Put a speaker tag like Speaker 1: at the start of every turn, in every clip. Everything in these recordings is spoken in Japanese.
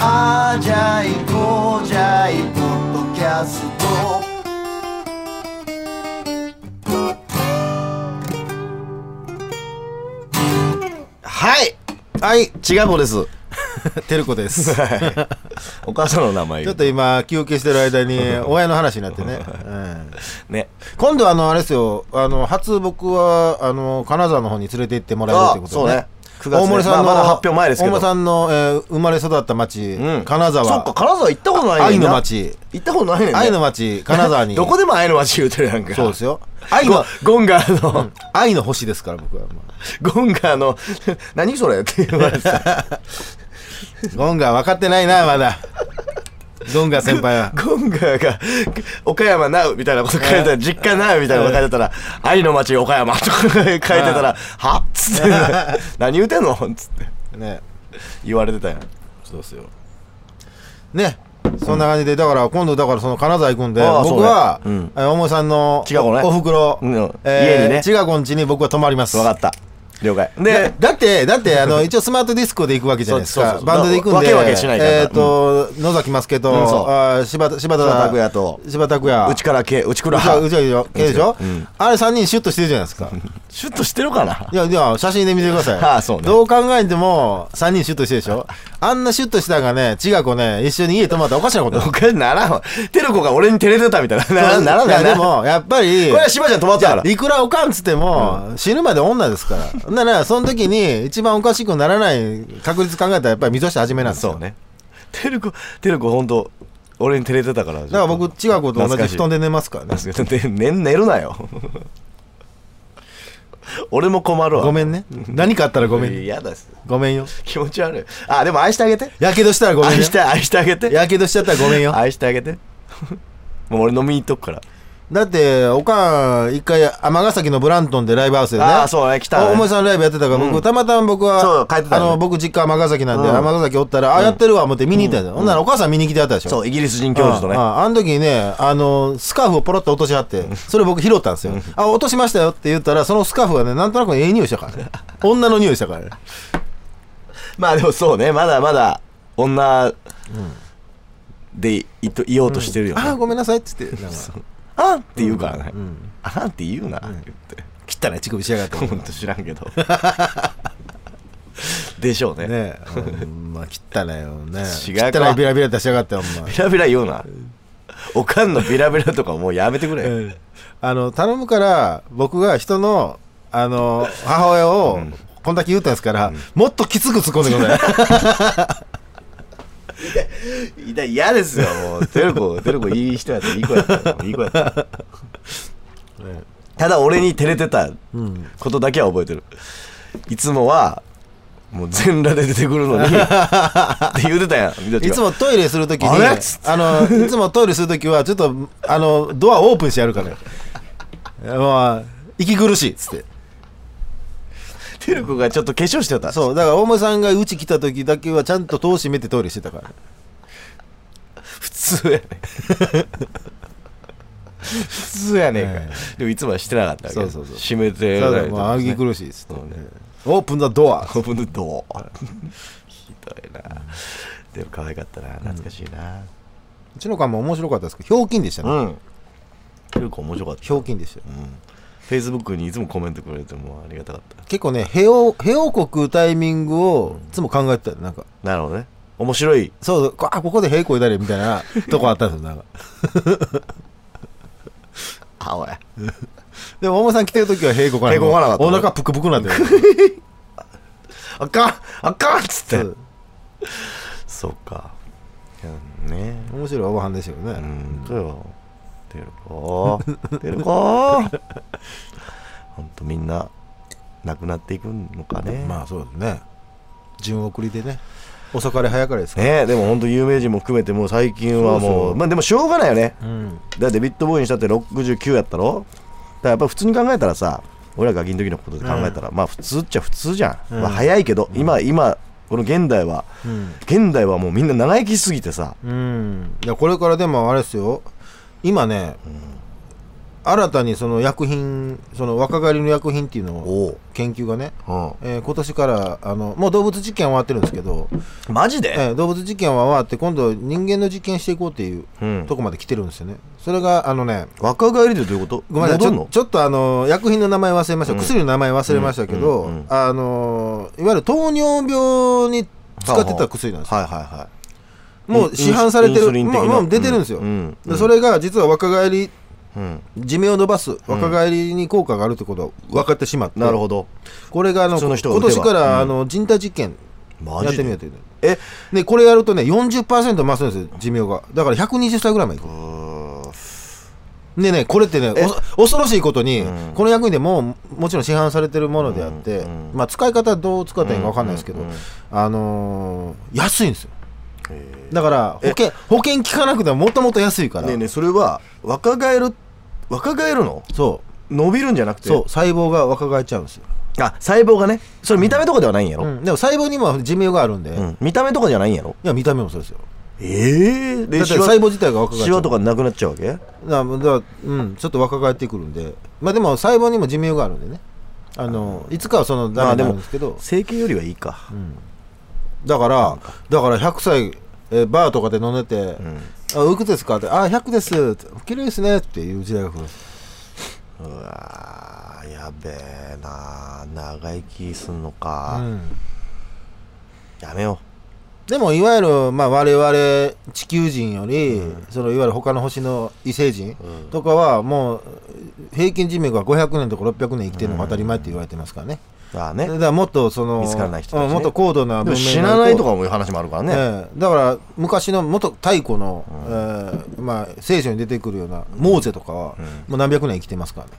Speaker 1: あじゃいこうじゃいポッドキャスト」
Speaker 2: はい
Speaker 3: はい、違う方です。
Speaker 2: てる こです。ち
Speaker 3: お母さんの名前
Speaker 2: ょっと今、休憩してる 間に、親の話になってね。うん
Speaker 3: ね。
Speaker 2: 今度、あの、あれですよ、あの、初僕は、あの、金沢の方に連れて行ってもらえるってこと
Speaker 3: あそう
Speaker 2: ね
Speaker 3: ね。9月ね
Speaker 2: 大森さんの、
Speaker 3: まあまだ発表前ですけど
Speaker 2: 大森さんの、えー生まれ育った町、
Speaker 3: うん。
Speaker 2: 金沢。
Speaker 3: そっか、金沢行ったことないねん
Speaker 2: 愛
Speaker 3: な
Speaker 2: の。町。
Speaker 3: 行ったことないねんね
Speaker 2: 愛の町、金沢に。
Speaker 3: どこでも愛の町言うてるやんか。
Speaker 2: そうですよ。
Speaker 3: 愛
Speaker 2: 愛
Speaker 3: の
Speaker 2: の、、
Speaker 3: ゴンガーの、
Speaker 2: うん愛の星ですから、僕は。
Speaker 3: ゴンガーの、何それって言われてた。
Speaker 2: ゴンガ分かってないな、まだ。ゴンガ 先輩は。
Speaker 3: ゴンガーが、岡山なうみたいなこと書い てたら、実家なうみたいなこと書いてたら、愛の町岡山と か書いてたら、はっつって、何言うてんのつって
Speaker 2: ね。
Speaker 3: 言われてたやん。
Speaker 2: そうですよ。ね。そんな感じで、だから今度、だからその金沢行くんで、
Speaker 3: ああ
Speaker 2: 僕は、
Speaker 3: そうね
Speaker 2: えーおもさんの
Speaker 3: 違う子ね
Speaker 2: おふくろ、
Speaker 3: うん家にね
Speaker 2: ちがこんちに僕は泊まります。
Speaker 3: わかった。了解。
Speaker 2: で
Speaker 3: で、
Speaker 2: だって、だって、あの、一応スマートディスコで行くわけじゃないです
Speaker 3: そうそう
Speaker 2: か。
Speaker 3: そう
Speaker 2: バンドで行くんで。
Speaker 3: わけわけしないから
Speaker 2: えっと、野崎ますけ
Speaker 3: うんそう
Speaker 2: と、あー柴田、柴
Speaker 3: 柴田
Speaker 2: 田
Speaker 3: 拓也と
Speaker 2: 柴田拓也。
Speaker 3: うちからけ、うちく
Speaker 2: う
Speaker 3: ら
Speaker 2: ち、うちは系でしょ
Speaker 3: うん
Speaker 2: あれ3人シュッとしてるじゃない ですか。
Speaker 3: シュッとしてるかない
Speaker 2: や、では写真で見てください。
Speaker 3: ああそうね
Speaker 2: どう考えても、3人シュッとしてるでしょあんなシュッとしたんがね、ちがこね、一緒に家泊まったらおかしなこと
Speaker 3: おかしいならんわ。テルコが俺に照れてたみたいな。ならんならんならん
Speaker 2: いやでも、やっぱり、
Speaker 3: これはしばちゃん止まってたから
Speaker 2: いやいくらおかんっつっても、死ぬまで女ですから。ほんなら、その時に一番おかしくならない確率考えたら、やっぱり溝下始めなんですよ。
Speaker 3: そう。ね。テルコ、テルコほんと、俺に照れてたから。だ
Speaker 2: だから僕、違うこと同じ布団
Speaker 3: で。
Speaker 2: で寝ますからね。
Speaker 3: 懐かしいね寝るなよ。俺も困るわ。
Speaker 2: ごめんね。何かあったらごめんね。
Speaker 3: 嫌です。
Speaker 2: ごめんよ。
Speaker 3: 気持ち悪い。あ、でも愛してあげて。
Speaker 2: やけどしたらごめん
Speaker 3: 愛
Speaker 2: よ
Speaker 3: し。て、愛してあげて。
Speaker 2: やけどしちゃったらごめんよ。
Speaker 3: 愛してあげて。もう俺飲みに行っとくから。
Speaker 2: だって、おかん、一回、尼崎のブラントンでライブハウスでね。
Speaker 3: ああ、そうね、来たね。
Speaker 2: おお前さんライブやってたから、僕、たまたま僕は、
Speaker 3: そう帰ってた
Speaker 2: あ
Speaker 3: よね
Speaker 2: の、僕、実家尼崎なんで、
Speaker 3: うん
Speaker 2: 尼崎おったら、あ、やってるわ、思って見に行ったんだよ。ほんなら、お母さん見に来てはったでしょ。
Speaker 3: そう、イギリス人教授とね
Speaker 2: あ。ああの時にね、あの、スカーフをポロッと落としはって、それ僕拾ったんですよ。あ、落としましたよって言ったら、そのスカーフがね、なんとなくええ匂いしたからね。女の匂いし たからね。
Speaker 3: まあでもそうね、まだまだ女でいといようとしてるよね。
Speaker 2: あ、ごめんなさいって言って、なんか、
Speaker 3: あんって言うからね。
Speaker 2: うん。
Speaker 3: あんって言うな、言って。
Speaker 2: 汚い乳首しやがって。
Speaker 3: ほんと知らんけ ど。でしょうね。
Speaker 2: ねえ、まあ、汚いよね。
Speaker 3: 違うか
Speaker 2: 汚いビラビラ出しやがって、お前
Speaker 3: ビ。ラビラ言うな。おかんのビラビラと かもうやめてくれ。
Speaker 2: あの頼むから僕が人のあの母親をこんだけ言うたんですから、もっときつく突っ込んでください
Speaker 3: いや嫌ですよ、もう。テル コ、テルコいい人やった、いい子やった、いい子やった。ただ俺に照れてたことだけは覚えてる。いつもは、もう全裸で出てくるの に、って言うてたやん、みどち
Speaker 2: い
Speaker 3: が
Speaker 2: つもトイレするときに
Speaker 3: あれ
Speaker 2: あのいつもトイレするときはちょっとあのドアオープンしてやるからまあ息苦しいっつって
Speaker 3: テルコがちょっと化粧してた。
Speaker 2: そうだから大森さんがうち来たときだけはちゃんと戸を閉めてトイレしてたから
Speaker 3: 普通やね普通やねんか、
Speaker 2: はい
Speaker 3: でもいつもはしてなかったわけ
Speaker 2: そうそうそう
Speaker 3: 閉めて
Speaker 2: た
Speaker 3: な
Speaker 2: だ
Speaker 3: いと
Speaker 2: もう息苦しいっつって、
Speaker 3: そうね
Speaker 2: オープンザドア
Speaker 3: オープンのドアひどいなでも可愛かったな懐かしいな
Speaker 2: うちの間も面白かったですけどひょうきんでしたね、
Speaker 3: うん結構面白かった
Speaker 2: ひょうきんでした
Speaker 3: うんフェイスブックにいつもコメントくれてもうありがたかった
Speaker 2: 結構ねへをへをこくタイミングをいつも考えてたなんか
Speaker 3: なるほどね面白い
Speaker 2: そうそうこあここで平行いだれみたいなとこあったんですよなんか
Speaker 3: あおい
Speaker 2: でも大間さん来てる時は平行かな
Speaker 3: 平行来なかった
Speaker 2: お腹プクプクなっ てる
Speaker 3: あかんあかんっつって
Speaker 2: そう
Speaker 3: そうかいやね
Speaker 2: 面白いおばはんでしたけど
Speaker 3: う
Speaker 2: ね、
Speaker 3: ん、そうよ。出るか。 出るか。ほんとみんな、なくなっていくのかね。
Speaker 2: まあそうですね順送りでね遅かれ早かれですから、
Speaker 3: ねえでもほんと有名人も含めて、もう最近はもう、
Speaker 2: そうそう
Speaker 3: まあでもしょうがないよね。
Speaker 2: うん、
Speaker 3: だってビットボーイにしたって69やったろ。だからやっぱ普通に考えたらさ、俺らガキの時のことで考えたら、まあ普通っちゃ普通じゃん。
Speaker 2: うん
Speaker 3: まあ早いけど、今、今、この現代は、
Speaker 2: うん
Speaker 3: 現代はもうみんな長生きしすぎてさ、
Speaker 2: うん、いやこれからでもあれですよ今ね、新たにその薬品その若返りの薬品っていうのを
Speaker 3: お
Speaker 2: 研究がね、
Speaker 3: お、
Speaker 2: えー今年からあのもう動物実験は終わってるんですけど、
Speaker 3: うん、マジで、
Speaker 2: えー動物実験は終わって今度人間の実験していこうっていう
Speaker 3: うん
Speaker 2: とこまで来てるんですよねそれがあのね
Speaker 3: 若返りでどういうこと
Speaker 2: ごめんなさいち
Speaker 3: 戻ん
Speaker 2: ょ
Speaker 3: の
Speaker 2: ちょっとあの薬品の名前忘れました、
Speaker 3: うん
Speaker 2: 薬の名前忘れましたけど、
Speaker 3: うんうんうん
Speaker 2: あのいわゆる糖尿病に使ってた薬なんですよ
Speaker 3: はいはいは
Speaker 2: もう市販されて
Speaker 3: インス
Speaker 2: る
Speaker 3: リン的
Speaker 2: も
Speaker 3: な
Speaker 2: うもう出てるんですよ、
Speaker 3: うんうん
Speaker 2: でそれが実は若返り
Speaker 3: い、うん、
Speaker 2: 寿命を伸ばす若返りに効果があるってことが分かってしまって、
Speaker 3: なるほど
Speaker 2: これがあの
Speaker 3: 普通の人が打
Speaker 2: 今
Speaker 3: てば
Speaker 2: 年から、
Speaker 3: うん
Speaker 2: あの人体実験
Speaker 3: マ
Speaker 2: やっ
Speaker 3: ジ
Speaker 2: てみよ
Speaker 3: で
Speaker 2: うというの
Speaker 3: え
Speaker 2: でこれやるとね40%増すんですよ寿命がだから120歳ぐらいまでいく
Speaker 3: うーん
Speaker 2: でねこれってねおそ恐ろしいことに、
Speaker 3: うん
Speaker 2: この薬品でももちろん市販されてるものであって、
Speaker 3: うんうん
Speaker 2: まあ、使い方どう使ったらいいか分かんないですけど、
Speaker 3: うんうんうん
Speaker 2: あのー安いんですよ
Speaker 3: え
Speaker 2: だから保険保険効かなくてももともと安いか
Speaker 3: ー
Speaker 2: ら、
Speaker 3: ねえねえそれは若返る若返るの
Speaker 2: そ
Speaker 3: 伸びるんじゃなく
Speaker 2: う
Speaker 3: て
Speaker 2: そう細胞が若返っちゃうんですよ、
Speaker 3: あ細胞がねそれ見た目とかではないんやろ、
Speaker 2: うんでも細胞にも寿命があるんで、
Speaker 3: う
Speaker 2: い
Speaker 3: ん見た目とかじゃないんやろ
Speaker 2: や見た目もそうですよ
Speaker 3: ええで
Speaker 2: だって
Speaker 3: シワ
Speaker 2: 細胞自体が若返っ
Speaker 3: シ
Speaker 2: ちゃう
Speaker 3: ワとかなくなっちゃうわけ
Speaker 2: だからだからうん、ちょっと若返ってくるんで、まあ、でも細胞にも寿命があるんでねあのいつかはその
Speaker 3: ま
Speaker 2: ダメ
Speaker 3: あ
Speaker 2: に
Speaker 3: で
Speaker 2: なるん
Speaker 3: も
Speaker 2: ですけど、
Speaker 3: 整形よりはいいか、
Speaker 2: だからだから100歳えーバーとかで飲んでて
Speaker 3: うん
Speaker 2: 「あいくつですか?」って「あ100です」って「綺麗ですね」っていう時代が来るんです
Speaker 3: うわーやべえな長生きすんの
Speaker 2: う
Speaker 3: か、
Speaker 2: ん
Speaker 3: やめよ
Speaker 2: でもいわゆる、まあ、我々地球人より、そのいわゆる他の星の異星人とかはもう平均寿命が500年とか600年生きてるのが当たり前って言われてますからね、
Speaker 3: うだ
Speaker 2: だ
Speaker 3: ね
Speaker 2: からもっとその
Speaker 3: 見つからない人たちね
Speaker 2: うんもっと高度な
Speaker 3: でも
Speaker 2: 文明に
Speaker 3: 死
Speaker 2: ると
Speaker 3: なないとかもいう話もあるからね、
Speaker 2: ええだから昔の元太古の、ええまあ、聖書に出てくるようなモーゼとかは、もう何百年生きてますからね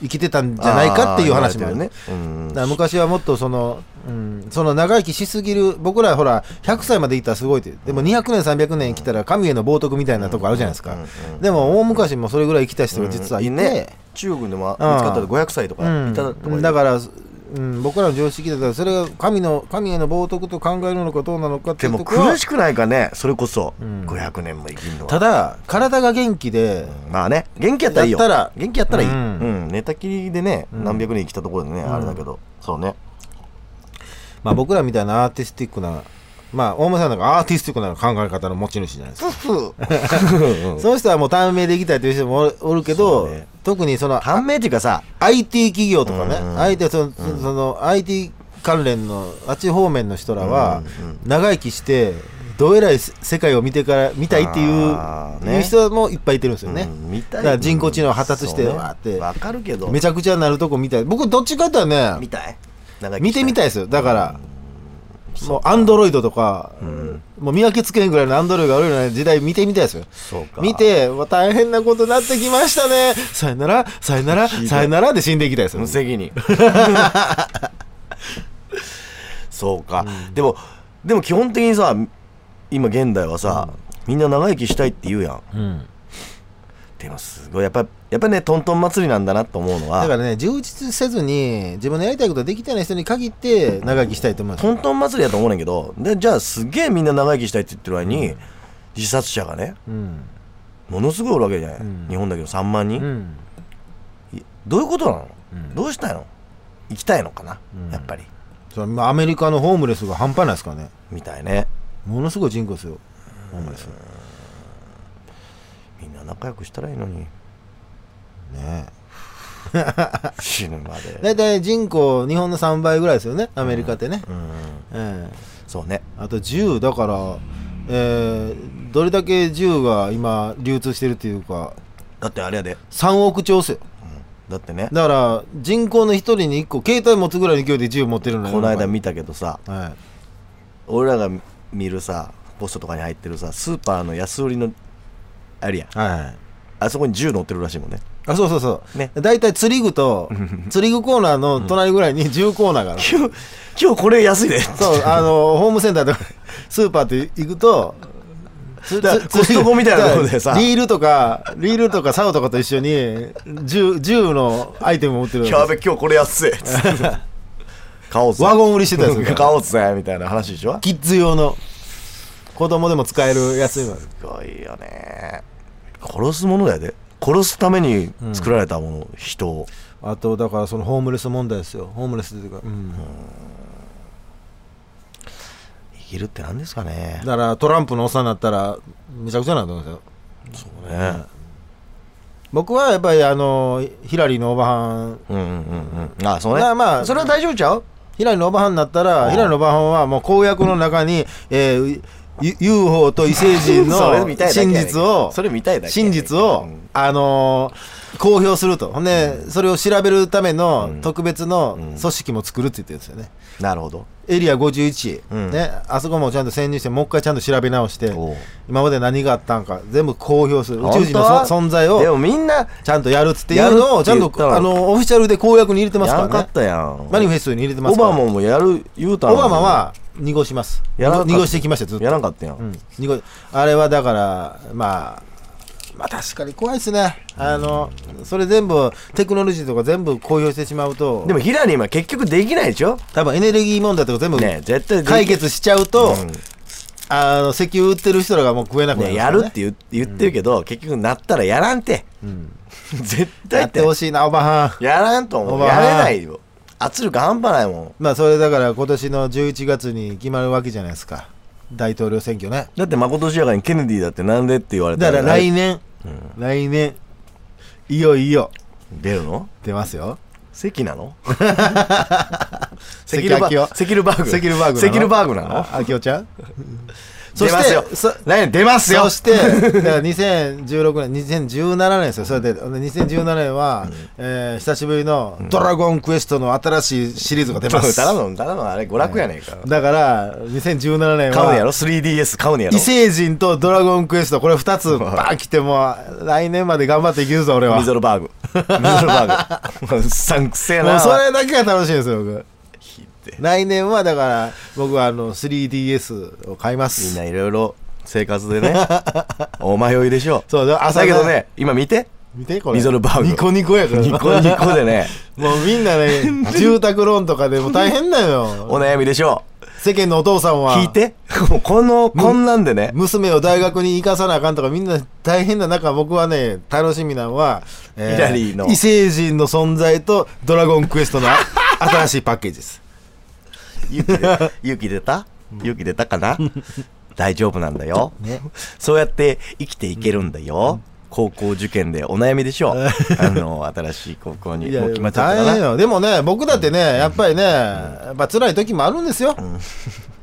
Speaker 2: 生きてたんじゃないかっていう話もある
Speaker 3: ね、うん
Speaker 2: だから昔はもっとその、うん、その長生きしすぎる僕らほら100歳まで生きたらすごいってでも200年300年生きたら神への冒涜みたいなとこあるじゃないですか、でも大昔もそれぐらい生きた人が実はいて、
Speaker 3: うんね中国でも見つかったら500歳とかいたとか
Speaker 2: うん、だから、うん、僕らの常識だからそれが神の神への冒涜と考えるのかどうなのかっ
Speaker 3: で
Speaker 2: てい
Speaker 3: も
Speaker 2: うところは
Speaker 3: 苦しくないかねそれこそ
Speaker 2: ん
Speaker 3: 500年も生きるのは、
Speaker 2: ただ体が元気で、
Speaker 3: まあね元気やったらいいよ
Speaker 2: やったら
Speaker 3: 元気やったらいい、う
Speaker 2: うんん
Speaker 3: 寝たきりでね
Speaker 2: うん
Speaker 3: 何百年生きたところでね、あれだけどそうね
Speaker 2: まあ、僕らみたいなアーティスティックなまあ大村さんなんかアーティスティックな考え方の持ち主じゃないですか、その人はもう短命で行きたいという人もおるおるけど、
Speaker 3: そうね
Speaker 2: 特にその
Speaker 3: 短命っていうかさ
Speaker 2: IT 企業とかね、
Speaker 3: うんうん
Speaker 2: IT そのその IT 関連のあっち方面の人らは長生きしてどえらいせ世界を見てから見たいっていう,、
Speaker 3: あーね
Speaker 2: いう人もいっぱいいてるんですよね、
Speaker 3: うん見たい
Speaker 2: だから人工知能発達して
Speaker 3: そうね
Speaker 2: わーって
Speaker 3: わかるけど
Speaker 2: めちゃくちゃなるとこ見たい僕どっちかとはね
Speaker 3: 見たい長生き
Speaker 2: 見てみたい
Speaker 3: い
Speaker 2: ですよだからもうアンドロイドとか、もう見分けつけへんぐらいのアンドロイドがあるような時代見てみたいですよ
Speaker 3: そうか
Speaker 2: 見てうわ大変なことになってきましたねさよならさよなら
Speaker 3: どい
Speaker 2: さよならで死んでいきたいですよ
Speaker 3: 無責 任そうか、でもでも基本的にさ今現代はさ、みんな長生きしたいって言うやん
Speaker 2: うん
Speaker 3: でもすごいやっぱやっぱねトントン祭りなんだなと思うの
Speaker 2: だか
Speaker 3: は
Speaker 2: らね充実せずに自分のやりたいことができてない人に限って長生きしたいと思うんです
Speaker 3: ト
Speaker 2: よ
Speaker 3: ントン祭りだと思うねんけどでじゃあすげえみんな長生きしたいって言ってる間に、自殺者がね
Speaker 2: うん
Speaker 3: ものすごいおるわけじゃない、
Speaker 2: うん
Speaker 3: 日本だけど3万人、
Speaker 2: うん
Speaker 3: いどういうことなの、
Speaker 2: うん
Speaker 3: どうしたいの行きたいのかな、
Speaker 2: うん
Speaker 3: やっぱり
Speaker 2: それまあアメリカのホームレスが半端ないですからね
Speaker 3: みたいね
Speaker 2: ものすごい人口ですよホームレス
Speaker 3: みんな仲良くしたらいいの に
Speaker 2: ね
Speaker 3: 死ぬま
Speaker 2: え
Speaker 3: で
Speaker 2: 大体人口日本の3倍ぐらいですよねアメリカってね、
Speaker 3: うん
Speaker 2: ええ
Speaker 3: そうね
Speaker 2: あと銃だから、えーどれだけ銃が今流通してるっていうか
Speaker 3: だってあれやで、
Speaker 2: 3億丁っすよ
Speaker 3: だってね
Speaker 2: だから人口の一人に1個携帯持つぐらいの勢いで銃持ってるのよ
Speaker 3: この間見たけどさ
Speaker 2: は
Speaker 3: 俺らが見るさポストとかに入ってるさスーパーの安売りのあれや
Speaker 2: い、はい、
Speaker 3: あそこに銃乗ってるらしいもんね
Speaker 2: あそうそうそう、
Speaker 3: ね
Speaker 2: だいたい釣り 具と釣り具コーナーの隣ぐらいに銃コーナーがある、
Speaker 3: 今日今日これ安いで
Speaker 2: そうあのホームセンターとか スーパーって行くとつ
Speaker 3: だから
Speaker 2: つ
Speaker 3: コストコみたいなとこでさ
Speaker 2: だからリールとかリールとか竿とかと一緒に銃銃のアイテムを持ってる
Speaker 3: やべ今日これ安い買おうぜ
Speaker 2: ワゴン売りしてたやつ
Speaker 3: 買おうぜみたいな話でしょ
Speaker 2: キッズ用の子供でも使えるやつ今
Speaker 3: すごいよね殺すものだよで殺すために作られたもの、人を
Speaker 2: あとだからそのホームレス問題ですよホームレスっていうか、うん、
Speaker 3: 生きるって何ですかね
Speaker 2: だからトランプのおっさんになったらめちゃくちゃになると思うんですよ
Speaker 3: そうね
Speaker 2: 僕はやっぱりあのヒラリーのオーバーハ
Speaker 3: う
Speaker 2: ン
Speaker 3: んうんうんうんあそうね
Speaker 2: まあまあ
Speaker 3: それは大丈夫ちゃう
Speaker 2: ヒラリーのオーバーハンになった
Speaker 3: うん
Speaker 2: らヒラリーのオーバーハンはもう公約の中に、えー、ゆ UFO と異星人
Speaker 3: それ
Speaker 2: の
Speaker 3: 見たいだけや
Speaker 2: 真
Speaker 3: ねん
Speaker 2: 実を
Speaker 3: それ見たいだけやねん
Speaker 2: 真実を
Speaker 3: うん
Speaker 2: あのー公表するとほんでそれを調べるため
Speaker 3: う
Speaker 2: の
Speaker 3: ん
Speaker 2: 特別の
Speaker 3: うん
Speaker 2: 組織も作るって言ってるんですよね
Speaker 3: なるほど
Speaker 2: エリア51、
Speaker 3: うん
Speaker 2: ね、あそこもちゃんと潜入してもう一回ちゃんと調べ直して
Speaker 3: おう
Speaker 2: 今まで何があったんか全部公表する宇宙人の
Speaker 3: 本当
Speaker 2: そ存
Speaker 3: で
Speaker 2: 在
Speaker 3: も
Speaker 2: を
Speaker 3: みんな
Speaker 2: ちゃんとやるっていうのをちゃん
Speaker 3: やるって言った
Speaker 2: と
Speaker 3: ら
Speaker 2: あのオフィシャルで公約に入れてます
Speaker 3: やんか
Speaker 2: から
Speaker 3: っ
Speaker 2: ね
Speaker 3: たやん
Speaker 2: マニフェストに入れてます
Speaker 3: オ
Speaker 2: から
Speaker 3: バマもやる言うたの
Speaker 2: オ
Speaker 3: に
Speaker 2: バマは濁します
Speaker 3: やらなかった
Speaker 2: 濁してきましたずっと
Speaker 3: やらんかったやん、
Speaker 2: うん濁いあれはだからまあまあ確かに怖いですねあのそれ全部テクノロジーとか全部公表してしまうと
Speaker 3: でもヒラリー今結局できないでしょ
Speaker 2: 多分エネルギー問題とか全部
Speaker 3: ね絶対でき
Speaker 2: 解決しちゃう
Speaker 3: う
Speaker 2: と、
Speaker 3: ん
Speaker 2: あの石油売ってる人らがもう食えなくな
Speaker 3: ね
Speaker 2: る、
Speaker 3: やるって言う言ってるけど、結局なったらやらんて、 絶対
Speaker 2: や
Speaker 3: や
Speaker 2: っ
Speaker 3: って
Speaker 2: てほしいなおばはん
Speaker 3: やらんと思
Speaker 2: お
Speaker 3: う
Speaker 2: ば
Speaker 3: や
Speaker 2: あ
Speaker 3: れないよ圧力半端ないもん
Speaker 2: まあそれだから今年の11月に決まるわけじゃないですか大統領選挙ね
Speaker 3: だってまことしやかにケネディだってなんでって言われた
Speaker 2: だから来
Speaker 3: 年
Speaker 2: 年、来年いよいよ
Speaker 3: 出るの
Speaker 2: 出ますよ
Speaker 3: 関な の
Speaker 2: 関明夫
Speaker 3: セキルバーグ
Speaker 2: セキルバーグ
Speaker 3: セキルバーグなの
Speaker 2: あきおちゃん そ
Speaker 3: 出
Speaker 2: し
Speaker 3: ま
Speaker 2: て
Speaker 3: すよ
Speaker 2: そ
Speaker 3: 来年出ますよ
Speaker 2: そしてだから2016年2017年ですよそれで2017年は、えー久しぶりの「ドラゴンクエスト」の新しいシリーズが 出ます
Speaker 3: ただのただのあれ娯楽やねんか、
Speaker 2: だから2017年
Speaker 3: 買うねやろ
Speaker 2: は
Speaker 3: 3DS 買うねやろ
Speaker 2: 異星人とドラゴンクエストこれ2つ バーン来てもう来年まで頑張っていけるぞ俺は
Speaker 3: ミゾルバーグミゾルバー グうっさんくせえ
Speaker 2: も
Speaker 3: な
Speaker 2: うそれだけが楽しいですよ僕
Speaker 3: ひで
Speaker 2: 来年はだから僕はあの 3DS を買いま
Speaker 3: みん
Speaker 2: す
Speaker 3: ないろいろ生活で ねお迷いでしょ
Speaker 2: そうだ朝
Speaker 3: だけどね今見て
Speaker 2: 見てこれ
Speaker 3: ミゾルバーグ
Speaker 2: ニコニコやから
Speaker 3: ニコニコでね
Speaker 2: もうみんなね住宅ローンとかでも大変だよ
Speaker 3: お悩みでしょ
Speaker 2: 世間のお父さん
Speaker 3: う
Speaker 2: は
Speaker 3: 聞いてもうこのこんなんでね
Speaker 2: 娘を大学に行かさなあかんとかみんな大変な中僕はね楽しみなのは、え
Speaker 3: ヒラリーの
Speaker 2: 異星人の存在と「ドラゴンクエ スト」のあ新しいパッケージです
Speaker 3: 勇気で勇気出た勇気出たかな大丈夫なんだよ、そうやって生きていけるんだよ、高校受験でお悩みでしょうあの新しい高校に
Speaker 2: い
Speaker 3: も
Speaker 2: や
Speaker 3: う決まっちゃった
Speaker 2: 大
Speaker 3: か
Speaker 2: 変
Speaker 3: な
Speaker 2: よでもね僕だってねやっぱりねやっぱ辛い時もあるんですよ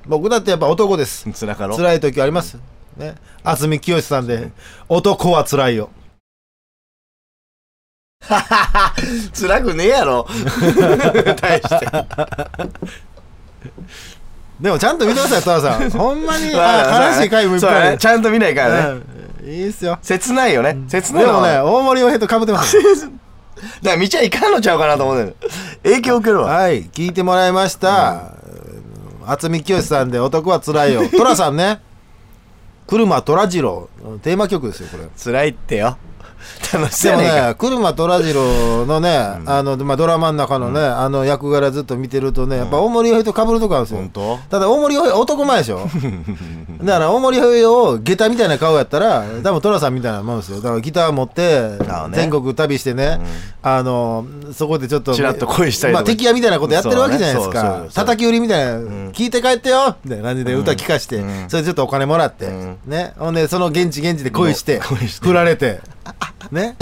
Speaker 2: 僕だってやっぱ男です
Speaker 3: つらかろう
Speaker 2: 辛い時ありますね渥美清さんで「男は辛いよ
Speaker 3: 辛くねえや ろ大して」
Speaker 2: でもちゃんと見てください寅 さんほんまにあ悲しい回もいっ
Speaker 3: そ
Speaker 2: ぱい
Speaker 3: う
Speaker 2: あ
Speaker 3: だ
Speaker 2: る
Speaker 3: ねちゃんと見ないからね、
Speaker 2: うんいいっすよ
Speaker 3: 切ないよね、切
Speaker 2: で
Speaker 3: ない
Speaker 2: も
Speaker 3: よ
Speaker 2: ね
Speaker 3: ね
Speaker 2: 大森洋平とかぶってます
Speaker 3: だから見ちゃいかんのちゃうかなと思うんだよ影響受けるわ
Speaker 2: はい、聞いてもらいました。渥美清さんで男はつらいよ。寅さんね。車虎次郎テーマ曲ですよこれ。
Speaker 3: 辛いってよ 楽しそ
Speaker 2: で
Speaker 3: う
Speaker 2: も
Speaker 3: ねえか
Speaker 2: ね、車虎次郎のね、あのまあドラマの中のね、あの役柄ずっと見てるとね、やっぱ大森洋平と被るとこあるんですよ。
Speaker 3: 本当
Speaker 2: ただ大森洋平男前で しょ。だから大森洋平を下駄みたいな顔やったら、多分寅さんみたいなもんですよ。だからギター持って
Speaker 3: ああね
Speaker 2: 全国旅してね、あのそこでちょっと
Speaker 3: ちらっと恋したりと
Speaker 2: ま
Speaker 3: か
Speaker 2: あ敵やみたいなことやってるわけじゃないです
Speaker 3: そうねそう
Speaker 2: か
Speaker 3: そう。そう
Speaker 2: 叩き売りみたいな、聞いて帰ってよみたいな感じで歌聞かして、それでちょっとお金もらって、ね、ほんでその現地現地で恋して、
Speaker 3: 恋して
Speaker 2: 振ら れて、ね。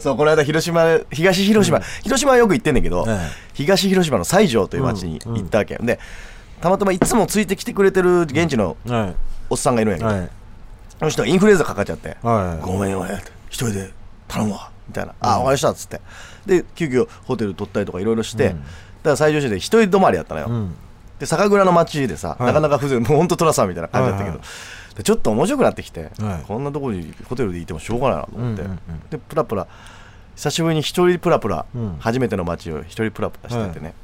Speaker 3: そうこの間広島東広島、広島はよく行ってんねんけど、
Speaker 2: ええ
Speaker 3: 東広島の西条という町に行ったわけ、でたまたまいつもついてきてくれてる現地の
Speaker 2: は
Speaker 3: おっさんがいるんやけど、
Speaker 2: い。
Speaker 3: その人がインフルエンザかかっちゃって「
Speaker 2: はい
Speaker 3: ごめんよって一人で頼むわ」みたいな「ああ分かりました」っつってで急遽ホテル取ったりとかいろいろして、だから西条市で一人泊まりやったのよ、
Speaker 2: ん
Speaker 3: で酒蔵の町でさ、
Speaker 2: い
Speaker 3: なかなか風情もうほんと寅さんみたいな感じだったけど、
Speaker 2: はいは
Speaker 3: でちょっと面白くなってきて、
Speaker 2: はい
Speaker 3: こんなとこにホテルでいてもしょうがないなと思って、
Speaker 2: うんうん
Speaker 3: でプラプラ久しぶりに一人プラプラ、
Speaker 2: うん
Speaker 3: 初めての町を一人プラプラしててね、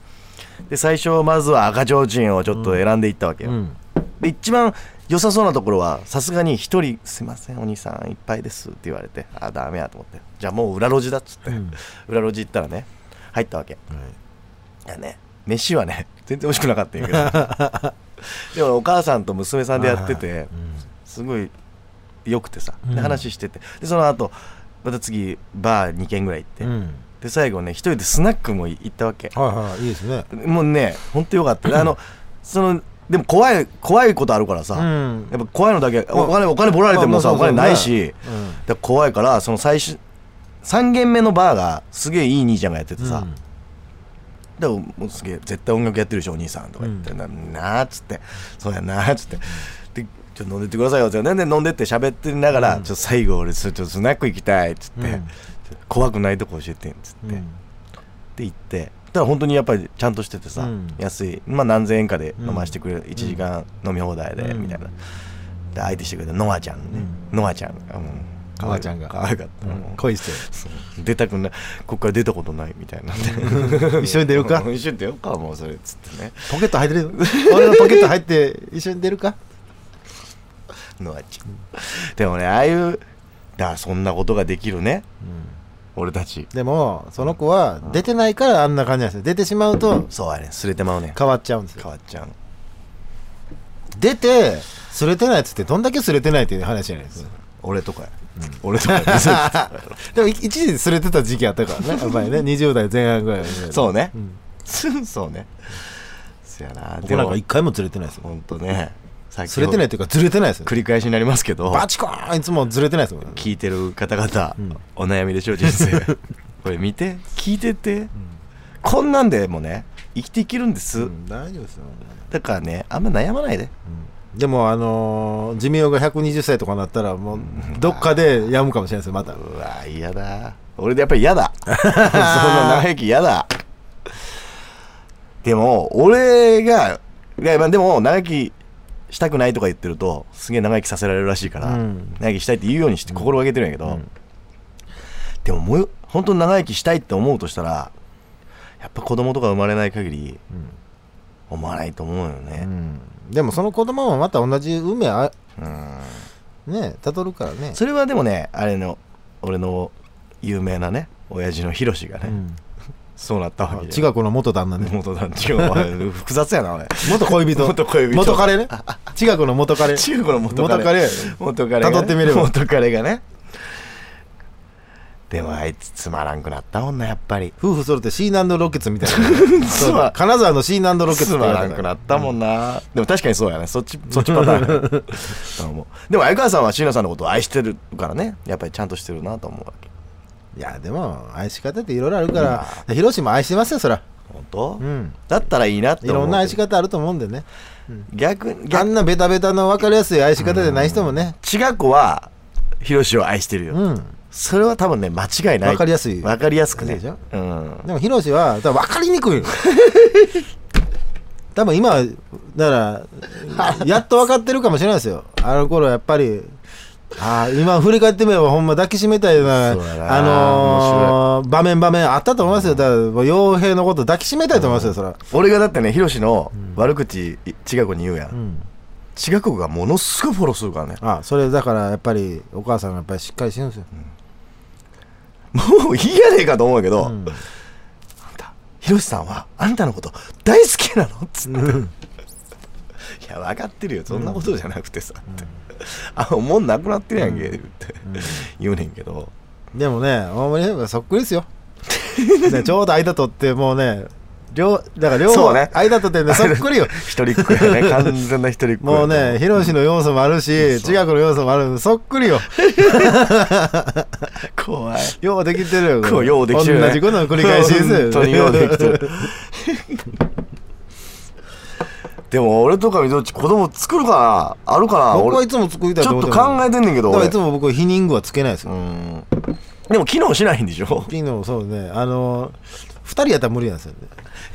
Speaker 3: で最初まずは赤ちょうちんをちょっと選んでいったわけよ、
Speaker 2: うん。
Speaker 3: で一番良さそうなところはさすがに一人「すいませんお兄さんいっぱいです」って言われて「あダメや」と思って「じゃあもう裏路地だ」っつって、
Speaker 2: ん
Speaker 3: 裏路地行ったらね入ったわけ、いやね飯はね 全然美味しくなかったん やけどでもお母さんと娘さんでやってて、すごいよくてさ
Speaker 2: うん
Speaker 3: で話しててでその後また次バー2軒ぐらい行って、
Speaker 2: うん
Speaker 3: で最後ね一人でスナックも行ったわけ
Speaker 2: はいはいいいですね
Speaker 3: もうねほんとよかったであのそのでも怖い怖いことあるからさ、
Speaker 2: うん
Speaker 3: やっぱ怖いのだけ
Speaker 2: ん
Speaker 3: お金お金ぼられてもさ
Speaker 2: まあ
Speaker 3: お
Speaker 2: まあ
Speaker 3: 金
Speaker 2: まあ
Speaker 3: ないし、
Speaker 2: うん
Speaker 3: だから怖いからその最初3軒目のバーがすげえいい兄ちゃんがやっててさ、でもうすげえ絶対音楽やってるでしょお兄さんとか言って、
Speaker 2: うん
Speaker 3: ななあっつってそうやなあっつってでちょっと飲んでってくださいよってなんで飲んでって喋ってながら、ちょっと最後俺ちょっとスナック行きたいっつって、
Speaker 2: うん
Speaker 3: 怖くないとこ教えてんっつって、
Speaker 2: うん
Speaker 3: って言ってたら本当にやっぱりちゃんとしててさ、
Speaker 2: うん
Speaker 3: 安いまあ何千円かで飲ましてくれる、1時間飲み放題で、
Speaker 2: うん
Speaker 3: みたいなで相手してくれたノアちゃんね、ノアちゃんがもう
Speaker 2: ノアちゃんが
Speaker 3: 可愛かった、
Speaker 2: うん
Speaker 3: もう
Speaker 2: 恋して
Speaker 3: そう出たくないこっから出たことないみたいな
Speaker 2: 一緒に出るか
Speaker 3: 一緒に出ようかもうそれっつってね
Speaker 2: ポケット入って る俺のポケット入って一緒に出るか
Speaker 3: ノアちゃんでもねああいうだからそんなことができるね俺たち
Speaker 2: でもその子は出てないからあんな感じなんですよ出てしまうと
Speaker 3: そうやねすれてまうね
Speaker 2: 変わっちゃうんですよ
Speaker 3: 変わっちゃう
Speaker 2: 出て擦れてないっつってどんだけ擦れてないっていう話じゃないですか
Speaker 3: 俺とかや、俺とかや
Speaker 2: でもい一時擦れてた時期あったからねやっぱりね20代前半ぐらいう
Speaker 3: そうね、
Speaker 2: ん
Speaker 3: そうねそやな
Speaker 2: 僕なんか一回もずれてないですよ
Speaker 3: ほんとね先
Speaker 2: 擦れてないっていうかずれてないですよ
Speaker 3: 繰り返しになりますけど
Speaker 2: バチコーンいつもずれてないですもん
Speaker 3: 聞いてる方々、
Speaker 2: うん
Speaker 3: お悩みでしょう人 生これ見て聞いてて、こんなんでもね生きていけるんです、
Speaker 2: うん大丈夫ですよ
Speaker 3: だからねあんま悩まないで
Speaker 2: でもあのー寿命が120歳とかなったらもうどっかでやむかもしれないですよまた
Speaker 3: うわ嫌だ俺でやっぱり嫌 だそんな長生き嫌だでも俺がいやまあでも長生きしたくないとか言ってるとすげえ長生きさせられるらしいから、
Speaker 2: うん
Speaker 3: 長生きしたいって言うようにして心がけてるんやけど、でももう本当に長生きしたいって思うとしたらやっぱ子供とか生まれない限り
Speaker 2: うん
Speaker 3: 思わないと思うよ
Speaker 2: う
Speaker 3: ね、
Speaker 2: んでもその子供もまた同じ運命あ
Speaker 3: うん
Speaker 2: ねたどるからね
Speaker 3: それはでもねあれの俺の有名なね親父のヒロシがね、
Speaker 2: うん
Speaker 3: そうなったわ
Speaker 2: あ
Speaker 3: け
Speaker 2: 違うこの元旦那ね
Speaker 3: 元団地は 複雑やな俺
Speaker 2: 元恋人
Speaker 3: 元恋人
Speaker 2: 元彼ね違うこの元 彼
Speaker 3: 中国の元
Speaker 2: 元
Speaker 3: 彼
Speaker 2: 彼
Speaker 3: 元彼がね
Speaker 2: 辿ってみれば
Speaker 3: 元彼がねでもあいつつまらんくなったもんなやっぱり
Speaker 2: 夫婦揃って C 難度ロケツみた いなそうだ金沢の C 難度ロケツ
Speaker 3: つ
Speaker 2: って言
Speaker 3: ま
Speaker 2: わ
Speaker 3: ら
Speaker 2: れ
Speaker 3: ん
Speaker 2: た
Speaker 3: く
Speaker 2: か
Speaker 3: な
Speaker 2: ら
Speaker 3: ったもんな、でも確かにそうやねそっちそっちパターン やねどうもでも相川さんは椎名さんのことを愛してるからねやっぱりちゃんとしてるなと思うわけ
Speaker 2: いやでも愛し方っていろいろあるから広ロシも愛してますよそら
Speaker 3: 本当、
Speaker 2: うん
Speaker 3: だったらいいなって
Speaker 2: い
Speaker 3: 思う
Speaker 2: ろんな愛し
Speaker 3: けど
Speaker 2: 方あると思うんでね
Speaker 3: 逆に
Speaker 2: あ
Speaker 3: 逆
Speaker 2: んなベタベタの分かりやすい愛し方じゃない人もね
Speaker 3: 違う子はヒロシを愛してるよ、
Speaker 2: うん
Speaker 3: それは多分ね間違いない
Speaker 2: わかりやすい
Speaker 3: わかりやすくね
Speaker 2: でしょ
Speaker 3: うん
Speaker 2: でもヒロシは多分分かりにくいよ 多分今はだからやっと分かってるかもしれないですよあの頃やっぱりああ今振り返ってみればほんま抱きしめたような
Speaker 3: そうやな
Speaker 2: あのー場面場面あったと思いますよだからもう傭兵のこと抱きしめたいと思いますよそら
Speaker 3: 俺がだってねヒロシの悪口ちが子に言うやん、
Speaker 2: うん
Speaker 3: ちが子がものすごいフォローするからね
Speaker 2: あそれだからやっぱりお母さんがやっぱりしっかりしてるんですよ、
Speaker 3: もういいやねえかと思うけど、
Speaker 2: うん
Speaker 3: あんたヒロシさんはあんたのこと大好きなのっつって、 いや分かってるよそんなことじゃなくてさ、ってあもうなくなってるやんけ、って言うねんけど
Speaker 2: でもね大森はそっくりで すよ、ねちょうど間取ってもうね両だから両
Speaker 3: そ
Speaker 2: 方
Speaker 3: うね
Speaker 2: 間取ってねそっ くりよ
Speaker 3: 一人っ子やね完全な一人っ子
Speaker 2: もうね、ヒロシの要素もある
Speaker 3: そ
Speaker 2: し、
Speaker 3: う
Speaker 2: 千賀子の要素もあるそっく りよ。
Speaker 3: 怖い
Speaker 2: ようできてるよ。
Speaker 3: こうようできてるね
Speaker 2: 同じことの繰り返しですよ。
Speaker 3: 本当にようでき てるでも俺とかみどっち子供作るかなあるかな
Speaker 2: 僕は
Speaker 3: 俺
Speaker 2: いつも作りたい
Speaker 3: ちょっと
Speaker 2: て
Speaker 3: 考え
Speaker 2: る
Speaker 3: てんねんけど
Speaker 2: だか
Speaker 3: 俺
Speaker 2: らいつも僕はヒニングはつけないです
Speaker 3: う
Speaker 2: よ。
Speaker 3: んでも機能しないんでしょ
Speaker 2: ピノそうね、あのー、二人やったら無理なんですよね。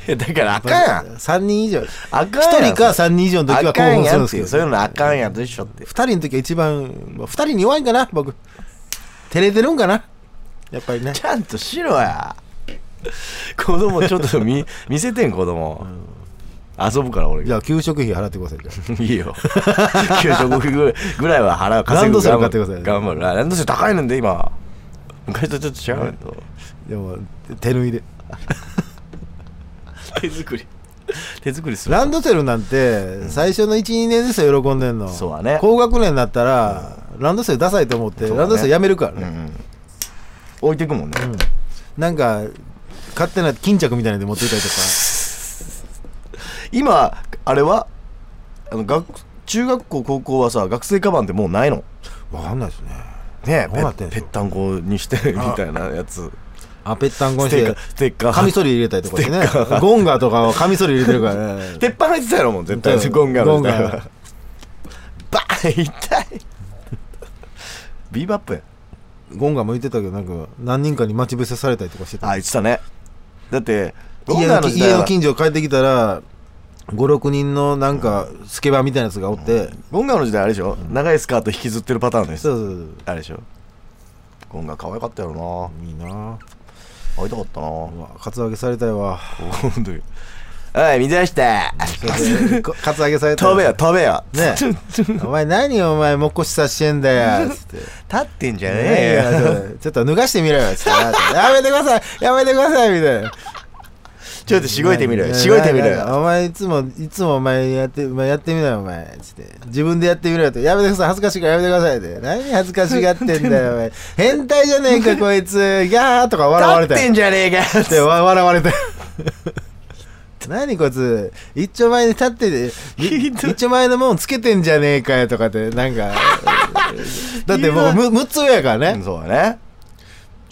Speaker 3: いやだからあかんやん
Speaker 2: 三人以上。
Speaker 3: あ
Speaker 2: 一
Speaker 3: かんやん
Speaker 2: 人か三人以上の時
Speaker 3: あ
Speaker 2: は興
Speaker 3: かん
Speaker 2: 奮す
Speaker 3: や
Speaker 2: るん
Speaker 3: ん
Speaker 2: で
Speaker 3: っ
Speaker 2: す
Speaker 3: て
Speaker 2: け
Speaker 3: いうそういう
Speaker 2: ど。
Speaker 3: のあかんやんと一緒って
Speaker 2: 二人の時は一番、まあ二人に弱いんかな、僕。照れてるんかな。やっぱりね。
Speaker 3: ちゃんとしろや 子供ちょっと見見せてん子供、遊ぶから俺
Speaker 2: じ
Speaker 3: が
Speaker 2: ゃあ、給食費払ってください。じゃ あ
Speaker 3: いいよ給食費ぐらいぐらいは払う稼ぐ
Speaker 2: ランドセル買ってください
Speaker 3: 頑張るランドセル高いねんで今昔とちょっと違うけど
Speaker 2: でも、手縫いで。
Speaker 3: 手作り手作りする
Speaker 2: ランドセルなんて最初の12年ですよ喜んでんの
Speaker 3: そうだね
Speaker 2: 高学年になったら、ランドセルダサいと思っ
Speaker 3: そ
Speaker 2: て、
Speaker 3: うだね
Speaker 2: ランドセルやめるからね、
Speaker 3: うんうん置いてくもんね、
Speaker 2: なんか勝手な巾着みたいなので持っていたりとか
Speaker 3: 今あれはあの学中学校高校はさ学生カバンってもうないの
Speaker 2: わかんないですね
Speaker 3: ね
Speaker 2: どうなって
Speaker 3: ぺぺ
Speaker 2: んでし
Speaker 3: っ
Speaker 2: ょう
Speaker 3: たんこにしてみたいなやつ
Speaker 2: あぺったんこ
Speaker 3: ス
Speaker 2: に
Speaker 3: テッ
Speaker 2: し
Speaker 3: カ
Speaker 2: て
Speaker 3: ーステッカー
Speaker 2: カミソリ入れたりとかしてねゴンガとかはカミソリ入れてるからね
Speaker 3: 鉄板入ってたやろもう絶対
Speaker 2: そう
Speaker 3: ゴンガの
Speaker 2: ゴンガ
Speaker 3: バーン痛いビーバップや
Speaker 2: ゴンガも言ってたけどなんか何人かに待ち伏せされたりとかしてた
Speaker 3: あ言ってたねだってゴン
Speaker 2: 家
Speaker 3: ガ
Speaker 2: の
Speaker 3: の時代
Speaker 2: 家の
Speaker 3: は
Speaker 2: 近所帰ってきたら56人のなんかスケバンみたいなやつがおって、
Speaker 3: ゴンガの時代あれでしょ長いスカート引きずってるパターンです
Speaker 2: そうそう
Speaker 3: あれでしょゴンガ可愛かったやろ
Speaker 2: そういいな
Speaker 3: な会いたかった な
Speaker 2: うわカツアゲされたいわ
Speaker 3: 本当におい水出して
Speaker 2: それでこカツアゲされたい
Speaker 3: 飛べよ飛べよ
Speaker 2: ねお前何お前もっこしさしてんだよつって
Speaker 3: 立ってんじゃね
Speaker 2: ね
Speaker 3: えよ
Speaker 2: えよちょっと脱がしてみろよつってやめてくださいやめてくださいみたいな
Speaker 3: ちょっとしごいてみろよしごいてみろよ
Speaker 2: お前いつもいつもお前やってお前やってみろよお前つって自分でやってみろよってやめてください恥ずかしいからやめてくださいって何恥ずかしがってんだよお前変態じゃねえかこいつギャーとか笑われ
Speaker 3: 立
Speaker 2: た
Speaker 3: って
Speaker 2: よ
Speaker 3: んじゃねえか
Speaker 2: ってわ笑われたよ 何こいつ一丁前に立って てい一丁前のもんつけてんじゃねえかよとかってなん かだってもうむ6つ上やから
Speaker 3: うん
Speaker 2: ね
Speaker 3: そうだね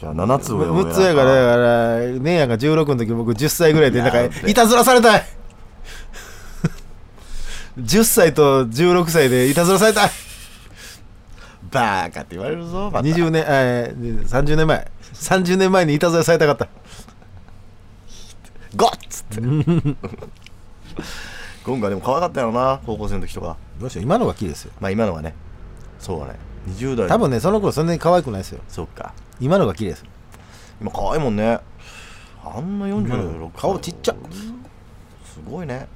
Speaker 3: じゃあ7つ上を
Speaker 2: 6つ上やからだから姉やんが16の時僕10歳ぐらいでなん
Speaker 3: や
Speaker 2: か
Speaker 3: べ
Speaker 2: いたずらされたい 10歳と16歳でいたずらされたい
Speaker 3: バーカって言われるぞまた
Speaker 2: 20年えー30年前30年前にいたずらされたかった
Speaker 3: ゴッつって ゴンガでも可愛かったよな高校生の時とか
Speaker 2: どうしよう今のが綺麗ですよ
Speaker 3: まあ今のはねそうだね20代
Speaker 2: 多分ねその頃そんなに可愛くないですよ
Speaker 3: そっか
Speaker 2: 今のが綺麗です
Speaker 3: 今可愛いもんねあんな46
Speaker 2: 顔ちっちゃ
Speaker 3: すごいね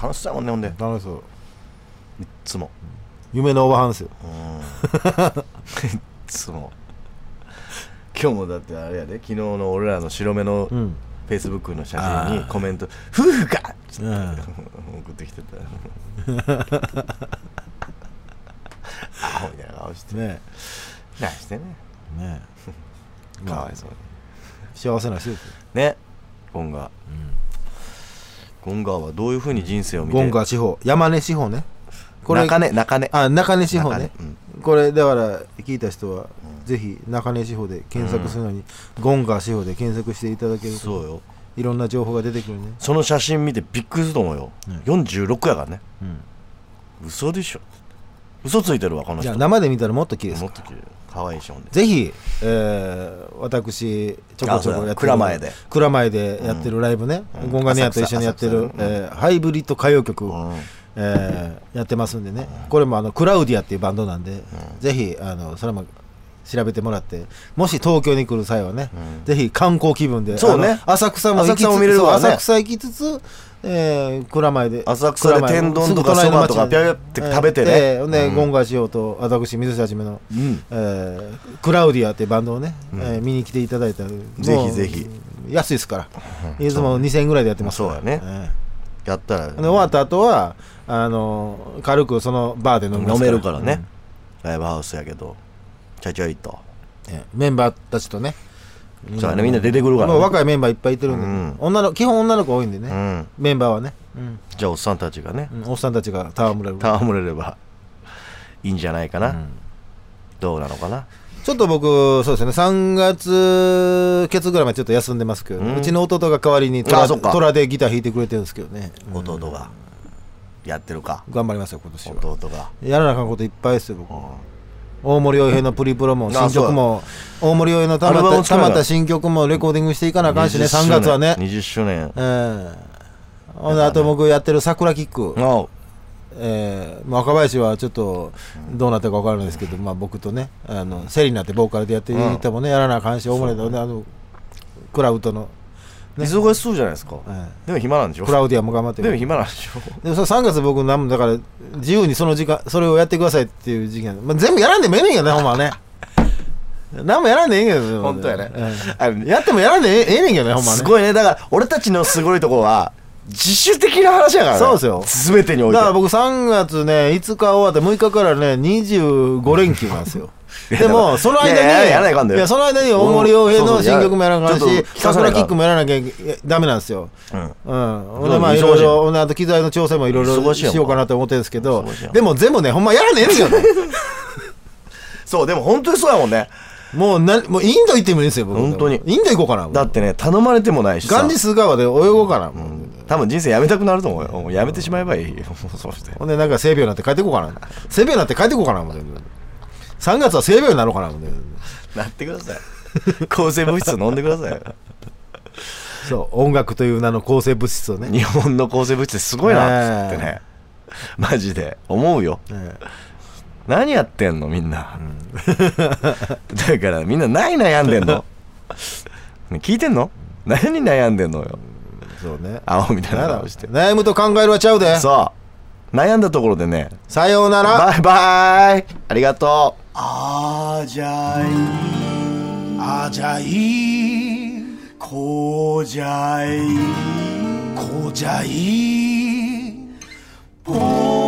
Speaker 3: 楽しそうやもんねほんでいっ
Speaker 2: 楽しそう
Speaker 3: つも
Speaker 2: 夢のオーバーハンですよ
Speaker 3: うんいっつも今日もだってあれやで昨日の俺らの白目の
Speaker 2: うん
Speaker 3: フェイスブックの写
Speaker 2: あ
Speaker 3: 真に
Speaker 2: ー
Speaker 3: コメント「夫婦か!」
Speaker 2: うん
Speaker 3: 送ってきて たアホみたいな顔して
Speaker 2: ね
Speaker 3: 何してね
Speaker 2: えねえ
Speaker 3: かわ
Speaker 2: ま
Speaker 3: いそうに
Speaker 2: あ幸せな人ですよ
Speaker 3: ねゴンガ、ゴンガはどういうふうに人生を見て
Speaker 2: ゴンガ地方山根地方ねこれ
Speaker 3: 中根中根
Speaker 2: あ中根地方ね
Speaker 3: 中根うん
Speaker 2: これだから聞いた人は、ぜひ中根地方で検索するのに、ゴンガ地方で検索していただけると
Speaker 3: そうよ
Speaker 2: いろんな情報が出てくるね、
Speaker 3: その写真見てびっくりすると思うよ、46やからね嘘でしょ嘘ついてるわこの
Speaker 2: じゃ
Speaker 3: 人
Speaker 2: あ生で見たらもっと綺麗です
Speaker 3: もっ
Speaker 2: か
Speaker 3: と綺
Speaker 2: ら
Speaker 3: 麗可愛いしほんで
Speaker 2: ぜひ、えー私ちょこちょこやってる
Speaker 3: あそうだ蔵前で
Speaker 2: 蔵前でやってるライブね、
Speaker 3: うん
Speaker 2: ゴンガネアと一緒にやってる、
Speaker 3: 浅草
Speaker 2: えーハイブリッド歌謡曲、
Speaker 3: うん
Speaker 2: えーやってますんでね、これもあのクラウディアっていうバンドなんで、ぜひあのそれも調べてもらってもし東京に来る際はね、ぜひ観光気分で
Speaker 3: そうね
Speaker 2: あの浅草も行きつつ
Speaker 3: 浅草も見れるわね
Speaker 2: そう浅草行きつつ、えー蔵前で
Speaker 3: 浅草で
Speaker 2: 蔵前
Speaker 3: 天丼とか
Speaker 2: すぐ隣の町
Speaker 3: そばとかピャピャって食べてね
Speaker 2: えーえーほんで
Speaker 3: うん
Speaker 2: ゴンガしようと私水瀬はじめの、
Speaker 3: ん
Speaker 2: えークラウディアっていうバンドをね、えー見に来ていただいたらぜ
Speaker 3: ぜひぜひ
Speaker 2: 安いですから、いつも2000円ぐらいでやってますから
Speaker 3: そうだね
Speaker 2: えー
Speaker 3: やったら
Speaker 2: で終わった後はあの軽くそのバーで飲みます
Speaker 3: 飲めるからね、ライブハウスやけどちゃちゃいと
Speaker 2: うんえメンバーたちとね
Speaker 3: そうやねみんな出てくるからね
Speaker 2: もう若いメンバーいっぱいいてるんで、
Speaker 3: うん
Speaker 2: 女の基本女の子多いんでね、
Speaker 3: うん
Speaker 2: メンバーはね、うん
Speaker 3: じゃあおっさんたちがね
Speaker 2: うんおっさんたちが戯れる
Speaker 3: 戯れればいいんじゃないかな、どうなのかな
Speaker 2: ちょっと僕そうですね3月ケツぐらいまでちょっと休んでますけど、う
Speaker 3: うん
Speaker 2: ちの弟が代わりに
Speaker 3: あ
Speaker 2: 虎
Speaker 3: そっか
Speaker 2: 虎でギター弾いてくれてるんですけどね、うん
Speaker 3: 弟がやってるか
Speaker 2: 頑張りますよ今年は
Speaker 3: 弟が
Speaker 2: やらなあかんこといっぱいですよ僕、
Speaker 3: うん
Speaker 2: 大森洋平のプリプロも
Speaker 3: あ
Speaker 2: 新曲も大森洋平のた
Speaker 3: アルバ
Speaker 2: ま
Speaker 3: ム
Speaker 2: た
Speaker 3: も作
Speaker 2: た
Speaker 3: らな
Speaker 2: また新曲もレコーディングしていかなあかんしね
Speaker 3: 20
Speaker 2: 3月はね
Speaker 3: 20周年
Speaker 2: うんほんであと僕やってる桜キック、
Speaker 3: の
Speaker 2: えーまあ若林はちょっとどうなったか分からないですけど、まあ、僕とねあのセリになってボーカルでやっていてもね、やらなあかんし大森のねあのクラウドの、
Speaker 3: 忙しそうじゃないですか、
Speaker 2: え
Speaker 3: でも暇なんでし
Speaker 2: ー
Speaker 3: ょ
Speaker 2: クラウディアも頑張って
Speaker 3: で
Speaker 2: る
Speaker 3: も暇なんでしょ
Speaker 2: でもその3月僕なんもだから自由にその時間それをやってくださいっていう時期なんで、まあ、全部やらんでもええねんけどねほんま はね何もやらんでええねんけど
Speaker 3: 本当やね
Speaker 2: うん
Speaker 3: あの
Speaker 2: やってもやらんでええええねんけどねほんまはね
Speaker 3: すごいねだから俺たちのすごいとこは自主的な話やからね
Speaker 2: そうですよ
Speaker 3: 全てにおいて
Speaker 2: だから僕3月ね5日終わって6日からね25連休なんで すよでもその間
Speaker 3: い
Speaker 2: に
Speaker 3: やいややらないかんだよ
Speaker 2: その間に大森洋平
Speaker 3: そうそ
Speaker 2: の
Speaker 3: うや
Speaker 2: 新曲もやらなあかん
Speaker 3: ちょっ
Speaker 2: し
Speaker 3: と聞かさな
Speaker 2: 桜
Speaker 3: いかん
Speaker 2: キックもやらなきゃいけダメなんですよ
Speaker 3: うん
Speaker 2: うんほん
Speaker 3: ど
Speaker 2: で
Speaker 3: う
Speaker 2: まあ
Speaker 3: 忙し
Speaker 2: い
Speaker 3: い
Speaker 2: ろい
Speaker 3: や
Speaker 2: ろほんであと機材の調整もいろいろ
Speaker 3: 忙しいやん
Speaker 2: しようかなと思ってるんですけど
Speaker 3: 忙しいやん
Speaker 2: でも全部ねほんまやらねえんですよね
Speaker 3: そうでも本当にそうやもんね
Speaker 2: もうなもうインド行ってもいいんですよ僕
Speaker 3: 本当に
Speaker 2: インド行こうかなもう
Speaker 3: だってね頼まれてもないしさ
Speaker 2: ガンジス川で泳ごうかなもう
Speaker 3: 多分人生やめたくなると思うよもうやめてしまえばいいよもうそうして
Speaker 2: ほんで、なんか性病になって帰ってこうかな。性病になって帰ってこうかな、もう全部。3月は性病になろうかな、もう全部
Speaker 3: なってください 抗生物質飲んでください
Speaker 2: そう、音楽という名の構成物質をね。
Speaker 3: 日本の抗生物質すごいなっ
Speaker 2: ね
Speaker 3: つ
Speaker 2: え
Speaker 3: ってねマジで思うよ
Speaker 2: え
Speaker 3: 何やってんのみんな、だからみんな何悩んでんのね聞いてんの何悩んでんのよ
Speaker 2: えそうね。
Speaker 3: 青みたい
Speaker 2: な
Speaker 3: なん
Speaker 2: だ
Speaker 3: 顔して
Speaker 2: 悩むと考えるはちゃうで。
Speaker 3: そう悩んだところでね
Speaker 2: さようなら。
Speaker 3: バイバイありがとう
Speaker 1: あじゃいあじゃいこうじゃいこうじゃいぽ